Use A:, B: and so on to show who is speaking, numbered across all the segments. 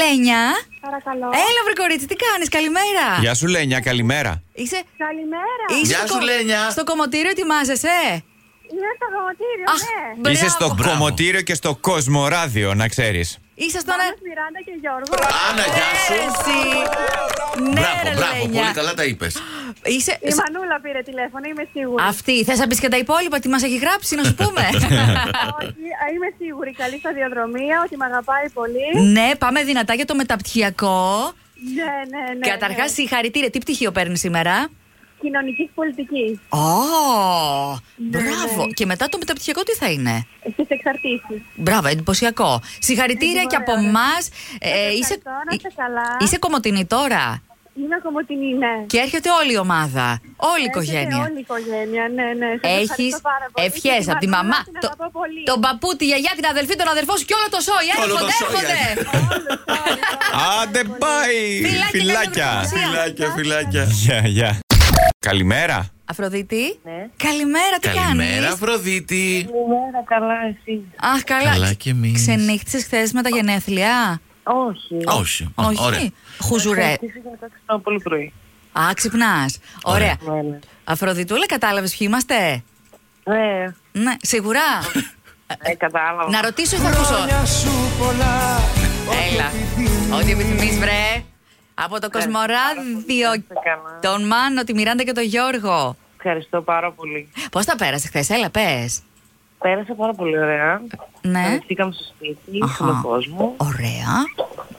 A: Λένια.
B: Παρακαλώ.
A: Έλα, βρε κορίτσι, τι κάνεις, καλημέρα.
C: Γεια σου Λένια, καλημέρα.
A: Είσαι.
B: Καλημέρα.
A: είσαι
D: Γεια
A: στο
D: σου,
A: κο-
D: Λένια.
A: Στο κομμωτήριο ετοιμάζεσαι.
B: Είναι στο γραμματήριο,
A: Αχ,
B: ναι.
A: μπράβο.
C: Είσαι στο
D: Μπράβο.
C: κομμωτήριο και στο κοσμοράδιο, να ξέρεις.
A: Ήσασταν.
B: Πάμε Μιράντα και Γιώργο.
D: Άννα, Ναι, γεια σου.
A: Εσύ. Ε- Ναι, ρε,
D: Μπράβο, μπράβο,
A: Λένια.
D: πολύ καλά τα είπες.
A: Είσαι.
B: Η Μανούλα πήρε τηλέφωνο, είμαι σίγουρη.
A: Αυτή, θες να πεις και τα υπόλοιπα, τι μας έχει γράψει, να σου πούμε.
B: Όχι, α, είμαι σίγουρη. Καλή σταδιοδρομία, ότι με αγαπάει πολύ.
A: ναι, πάμε δυνατά για το μεταπτυχιακό.
B: Ναι, ναι, ναι.
A: Καταρχάς,
B: ναι.
A: συγχαρητήρια. Τι πτυχίο παίρνεις σήμερα.
B: Κοινωνικής πολιτικής.
A: Ω,
B: Ναι,
A: μπράβο. Και μετά το μεταπτυχιακό τι θα είναι.
B: Στις εξαρτήσεις.
A: Μπράβο, εντυπωσιακό. Συγχαρητήρια
B: Ε,
A: και από
B: ωραία, ωραία.
A: εμά.
B: ευχαριστώ,
A: Είσαι, ε,
B: να είστε καλά.
A: είσαι κομωτινή τώρα.
B: Είμαι κομμωτινή, ναι.
A: Και έρχεται όλη η ομάδα. Όλη η
B: Έρχεται
A: οικογένεια.
B: Όλη η οικογένεια, ναι, ναι. Σας
A: Έχει
B: ευχαριστώ πάρα πολύ. Και
A: ευχές από τη
B: Μανούλα,
A: μαμά,
B: την
A: το-
B: αγαπώ πολύ.
A: τον παππού, τη γιαγιά, την αδελφή, τον αδερφό σου και όλο το σόι.
D: όλο το
A: Έρχονται,
D: σόι,
A: έρχονται.
B: Όλους, όλους,
C: Άντε
B: όλους.
C: πάει!
A: Φιλάκια, Λένια,
C: Φιλάκια!
A: βρε,
D: Φιλάκια, φιλάκια.
C: Γεια, γεια. Καλημέρα.
A: Αφροδίτη,
B: Ναι.
A: καλημέρα, τι κάνεις.
D: Καλημέρα, Αφροδίτη.
E: Καλημέρα, καλά εσύ.
A: Αχ, καλά.
D: Καλά κι εμείς.
A: Ξενύχτησες χθες με τα γενέθλια.
E: Όχι.
D: Όχι, α, ωραία.
A: Όχι. Χουζουρέ.
E: Είσαι και μετά ξυπνάω πολύ πρωί.
A: Α, ξυπνάς. Ωραία.
E: Ναι, ναι.
A: Αφροδιτούλα, κατάλαβες ποιοι είμαστε.
E: Ναι,
A: Ναι, σίγουρα.
E: ε, κατάλαβα.
A: Να ρωτήσω ή θα ακούσω. Έλα. Ό,τι επιθυμείς, βρε. Από το Κοσμοράδιο.
E: πολύ, να είστε καλά.
A: Τον Μάνο, τη Μιράντα και τον Γιώργο.
E: Ευχαριστώ πάρα πολύ.
A: Πώς τα πέρασε χθες, έλα, πες.
E: Πέρασα πάρα πολύ ωραία.
A: Ναι.
E: Βρεθήκαμε στο σπίτι,
A: Αχα.
E: στον κόσμο.
A: Ωραία.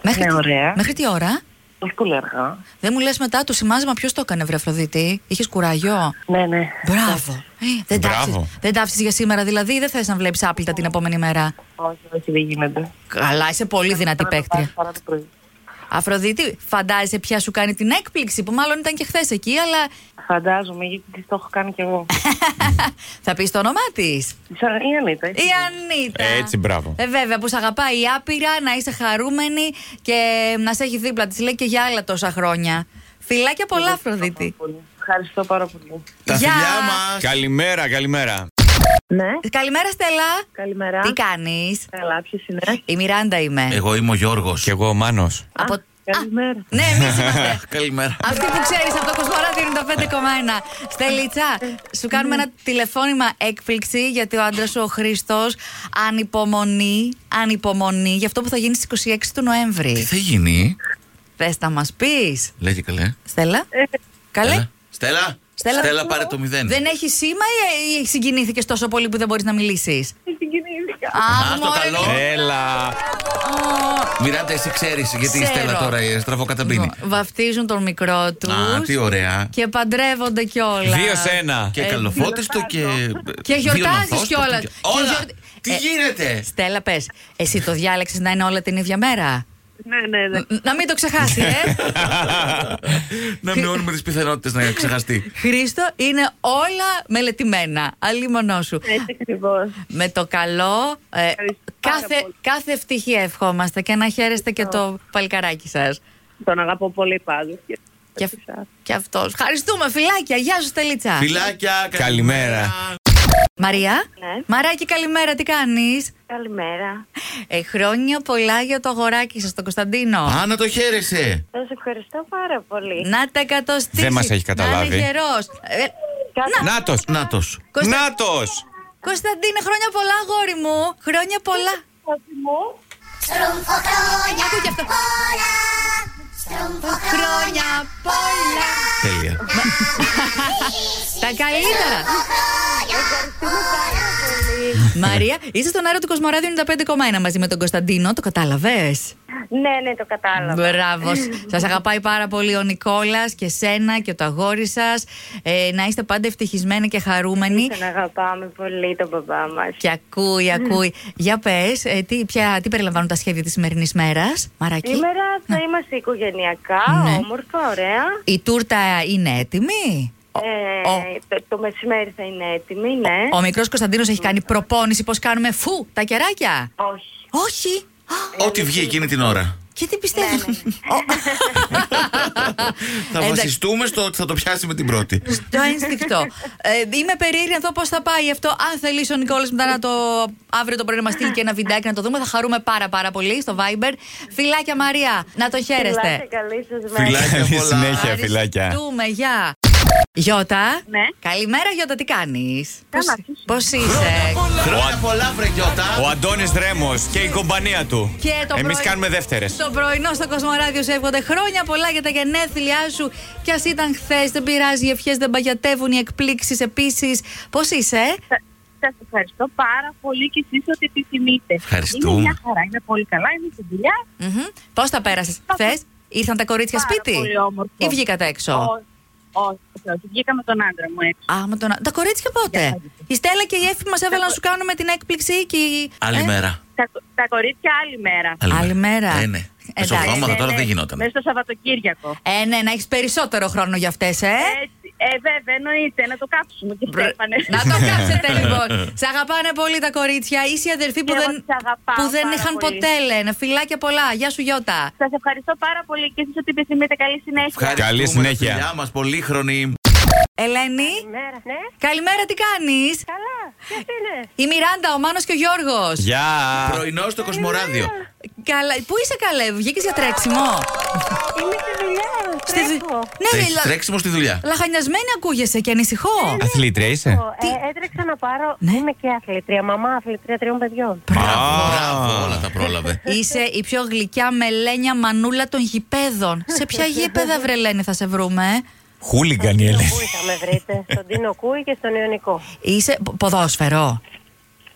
A: Μέχρι,
E: Ναι,
A: τι-
E: ωραία.
A: μέχρι τι ώρα.
E: Όχι πολύ αργά.
A: Δεν μου λες μετά το σημάζεμα ποιος το έκανε, βρε Αφροδίτη. Είχες κουράγιο.
E: Ναι, ναι.
A: Μπράβο. Ε, δεν
C: Μπράβο.
A: ταύσεις- Δεν ταύσεις για σήμερα, δηλαδή, ή δεν θες να βλέπεις άπλυτα την επόμενη μέρα.
E: Όχι, όχι, δεν γίνεται.
A: Καλά, είσαι πολύ δυνατή
E: Τώρα το
A: παίκτρια.
E: βάζω παρά το πρωί.
A: Αφροδίτη, φαντάζεσαι ποια σου κάνει την έκπληξη, που μάλλον ήταν και χθες εκεί, αλλά.
E: Φαντάζομαι, γιατί το έχω κάνει κι εγώ.
A: θα πεις το όνομά της.
E: Σαν η Ανίτα. έτσι.
A: Η Ανίτα.
C: Έτσι, μπράβο.
A: Ε, βέβαια, που σε αγαπάει άπειρα, να είσαι χαρούμενη και να σε έχει δίπλα της, λέει και για άλλα τόσα χρόνια. Φιλάκια πολλά, Αφροδίτη.
E: Πολύ. Ευχαριστώ πάρα πολύ.
D: Τα
A: Γεια.
D: φιλιά μας.
C: Καλημέρα, καλημέρα.
F: Ναι,
A: Καλημέρα, Στέλλα.
F: καλημέρα.
A: Τι κάνεις.
F: Καλά, ποιος είναι.
A: Η Μιράντα είμαι.
D: Εγώ είμαι ο Γιώργος.
C: Κι εγώ ο Μάνος.
A: Από...
F: Καλημέρα.
A: Ναι, εμείς είμαστε.
D: Ε, Καλημέρα.
A: Αυτή που ξέρεις από το Κοσμοράδιο είναι το 5,1. Στελίτσα, σου κάνουμε ένα τηλεφώνημα έκπληξη γιατί ο άντρας σου, ο Χρήστος, ανυπομονεί, ανυπομονεί για αυτό που θα γίνει στις 26 του
D: Τι
A: Νοέμβρη.
D: θα γίνει,
A: Θες να μας πεις,
D: λέγε καλέ.
A: Στέλλα.
B: Ε,
A: Καλέ.
D: Έλα. Στέλλα, Στέλλα, πάρε το μηδέν.
A: Δεν έχει σήμα ή- ή συγκινήθηκες τόσο πολύ που δεν μπορείς να μιλήσεις.
B: Συγκινήθηκα.
D: Α, στο καλό.
C: Έλα.
D: Μιράντα, εσύ ξέρεις γιατί η
A: Ξέρω. Λοιπόν,
D: Στέλλα τώρα ε, στραβοκαταπίνει.
A: Βαφτίζουν τον μικρό του.
D: Α, τι ωραία.
A: Και παντρεύονται κιόλας.
C: Δύο σε ένα.
D: Και καλοφώτιστο και.
A: Ε, Και γιορτάζεις
D: βιολονθώστο
A: κιόλας.
D: και-
A: Και
D: Όλα!
A: γιορ-
D: Τι
A: Ε,
D: γίνεται!
A: Στέλλα, πες, εσύ το διάλεξες να είναι όλα την ίδια μέρα.
F: Ναι, ναι, ναι.
A: Ν- Να μην το ξεχάσει, ε.
D: Να μειώνουμε τις πιθανότητες να ξεχαστεί.
A: Χρήστο, είναι όλα μελετημένα. Αλίμονό σου.
F: Έτσι ακριβώς.
A: Με το καλό. ε,
F: πάρα
A: κάθε,
F: πολύ.
A: κάθε ευτυχία ευχόμαστε και να χαίρεστε και το παλικαράκι σας.
F: Τον αγαπώ πολύ πάντως.
A: Και, αυ- και αυτός. Ευχαριστούμε, φιλάκια. Γεια σου, Στελίτσα.
D: Φιλάκια,
C: Καλημέρα.
A: Μαρία.
F: Ναι.
A: Μαράκι, καλημέρα, τι κάνεις.
F: Καλημέρα.
A: Ε, χρόνια πολλά για το αγοράκι σας, τον Κωνσταντίνο.
D: Α, να το χαίρεσαι.
F: Σας ευχαριστώ πάρα πολύ.
A: Να τα εκατοστήσει.
C: Δεν μας έχει
A: Να είναι
C: καταλάβει.
A: γερός. Ε,
F: Κάτι-
C: Νάτος.
D: Νάτος.
A: Κώστα-
C: Νάτος.
A: Κωνσταντίνε, χρόνια πολλά, αγόρι μου. Χρόνια πολλά.
G: Στρούμφο χρόνια
A: Ακούω κι αυτό.
G: πολλά Στρούμφο χρόνια πολλά
D: Τέλεια.
A: Τα καλύτερα. Μαρία, είσαι στον αέρα του Κοσμοράδιο 95,1 μαζί με τον Κωνσταντίνο. Το κατάλαβες.
F: Ναι, ναι, το κατάλαβα.
A: Μπράβο. σας αγαπάει πάρα πολύ ο Νικόλας και σένα και το αγόρι σας. Ε, να είστε πάντα ευτυχισμένοι και χαρούμενοι.
F: Τον αγαπάμε πολύ τον μπαμπά μας.
A: Και ακούει, ακούει. Για πες, τι, ποια- τι περιλαμβάνουν τα σχέδια της σημερινής μέρας, Μαρακή.
F: Σήμερα θα είμαστε οικογενειακά,
A: Ναι.
F: όμορφα, ωραία.
A: Η τούρτα είναι έτοιμη.
F: Ε,
A: ο-
F: το, το μεσημέρι θα είναι έτοιμη, ναι.
A: Ο μικρός Κωνσταντίνος έχει κάνει προπόνηση πώς κάνουμε φου τα κεράκια.
F: Όχι.
A: Όχι. Α,
D: Ό,τι βγει εκείνη την ώρα.
A: Γιατί πιστεύω.
D: θα
A: Εντάξει.
D: βασιστούμε στο ότι θα το πιάσει με την πρώτη.
A: Το ένστικτο. Ε, είμαι περίεργη να δω πώς θα πάει αυτό. Αν θέλει ο Νικόλας μετά να το αύριο το πρωί να μας στείλει και ένα βιντεάκι να το δούμε, θα χαρούμε πάρα πάρα πολύ στο Viber. Φιλάκια Μαρία, να το
F: Φιλάκια,
A: χαίρεστε.
F: καλή σας μέρα.
D: Φιλάκια
C: Καλή
D: πολλά.
C: συνέχεια, φιλάκια.
A: Ευχαριστούμε, γεια. Γιώτα.
E: Ναι.
A: Καλημέρα, Γιώτα, τι κάνεις.
B: Καλά, τι
A: Πώς είσαι.
D: Χρόνια πολλά, Φρεγγιώτα.
C: Ο Αντώνης Ρέμο και η κομπανία του.
A: Και το
C: Εμείς
A: πρωι-
C: κάνουμε δεύτερες.
E: Ε.
A: Το πρωινό στο Κοσμοράδιο σε εύχονται χρόνια πολλά για τα γενέθλιά σου. Κι ας ήταν χθες, δεν πειράζει, οι ευχές δεν παγιατεύουν, οι εκπλήξεις επίσης. Πώς είσαι, ε?
E: Ε. Σας ευχαριστώ πάρα πολύ και εσείς ότι επιθυμείτε.
D: Ευχαριστούμε.
E: Είναι μια χαρά, είναι πολύ καλά, είναι στη δουλειά.
A: Πώς τα πέρασες χθες, Ήρθαν τα κορίτσια
E: Ε. Πάρα
A: σπίτι
E: πολύ όμορφο.
A: ή βγήκατε έξω.
E: Όχι, όχι, όχι. Βγήκα με τον άντρα μου έτσι.
A: Α, με τον... Τα κορίτσια πότε. Η Στέλλα και η Εφη μα έβαλαν να σου κάνουμε την έκπληξη και. η-
D: Άλλη
A: Ε,
D: μέρα.
E: Τα, τα κορίτσια άλλη μέρα.
A: Άλλη μέρα.
D: Ε, ναι.
A: Εντάξει.
D: Μεσοβδόμαδα τώρα
E: Ναι,
D: δεν
E: ναι,
D: γινόταν.
E: Μέσα στο Σαββατοκύριακο.
A: Ε, ναι, να έχεις περισσότερο χρόνο για αυτές, ε.
E: Έτσι. Ε, βέβαια, εννοείται να το κάψουμε και
A: Μπρε-
E: Στέφανε.
A: Να το κάψετε λοιπόν. Σε αγαπάνε πολύ τα κορίτσια. Είσαι η αδερφή που
E: Και εγώ
A: δεν,
E: τις αγαπάω
A: που δεν
E: πάρα
A: είχαν
E: πολύ.
A: ποτέ, λένε. Φιλάκια πολλά. Γεια σου, Γιώτα.
E: Σας ευχαριστώ πάρα πολύ και εσείς ότι επιθυμείτε. Καλή συνέχεια.
C: Καλή συνέχεια.
D: Γεια μα, πολύχρονη.
A: Ελένη,
F: Μέρα, ναι.
A: καλημέρα, τι κάνεις.
F: Καλά. Ποιος είναι.
A: Η Μιράντα, ο Μάνος και ο Γιώργος.
C: Γεια.
D: Πρωινό στο Κοσμοράδιο.
A: Καλά, πού είσαι καλέ, βγήκες για τρέξιμο.
F: Είμαι στη δουλειά.
A: Στη δου-
F: τρέχω.
A: Ναι, ρε,
D: Τρέχεις
A: λα-
D: τρέξιμο στη δουλειά.
A: λαχανιασμένη ακούγεσαι και
F: Ναι,
A: ανησυχώ.
C: Αθλήτρια είσαι.
F: Ε, έτρεξα να πάρω.
A: Ναι.
F: Είμαι και αθλητρία. Μαμά, αθλητρία τριών παιδιών.
C: Α.
D: Μπράβο, όλα τα πρόλαβε.
F: ναι.
A: Είσαι η πιο γλυκιά μελένια μανούλα των γηπέδων. Σε ποια γήπεδα, Βρελένη, θα σε βρούμε. ε?
C: Χούλιγκαν η Ελένη.
F: Πού θα με βρείτε, στον Τίνο Κούι και στον Ιωνικό.
A: Είσαι πο- ποδόσφαιρο.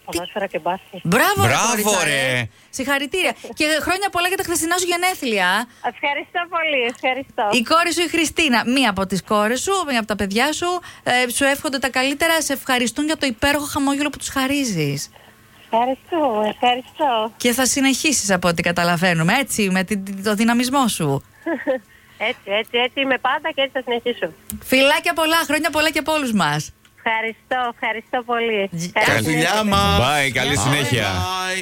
F: Ποδόσφαιρα και μπάσκετ.
A: Μπράβο, ρε,
C: Μπράβο,
A: κορίτσα,
C: ρε.
A: ε. Συγχαρητήρια. και χρόνια πολλά για τα χθεσινά σου γενέθλια.
F: Ευχαριστώ πολύ, ευχαριστώ.
A: Η κόρη σου, η Χριστίνα, μία από τις κόρες σου, μία από τα παιδιά σου, ε, σου εύχονται τα καλύτερα. Σε ευχαριστούν για το υπέροχο χαμόγελο που τους χαρίζεις.
F: Ευχαριστώ, ευχαριστώ.
A: Και θα συνεχίσεις από ό,τι καταλαβαίνουμε, έτσι, με την- το δυναμισμό σου.
F: Έτσι, έτσι, έτσι είμαι πάντα και έτσι θα συνεχίσω.
A: Φιλάκια πολλά, χρόνια πολλά και από όλους μας.
F: Ευχαριστώ, ευχαριστώ πολύ.
A: Γεια.
F: Ευχαριστώ.
D: Φιλιά μας.
C: Bye, καλή συνέχεια.
D: Bye.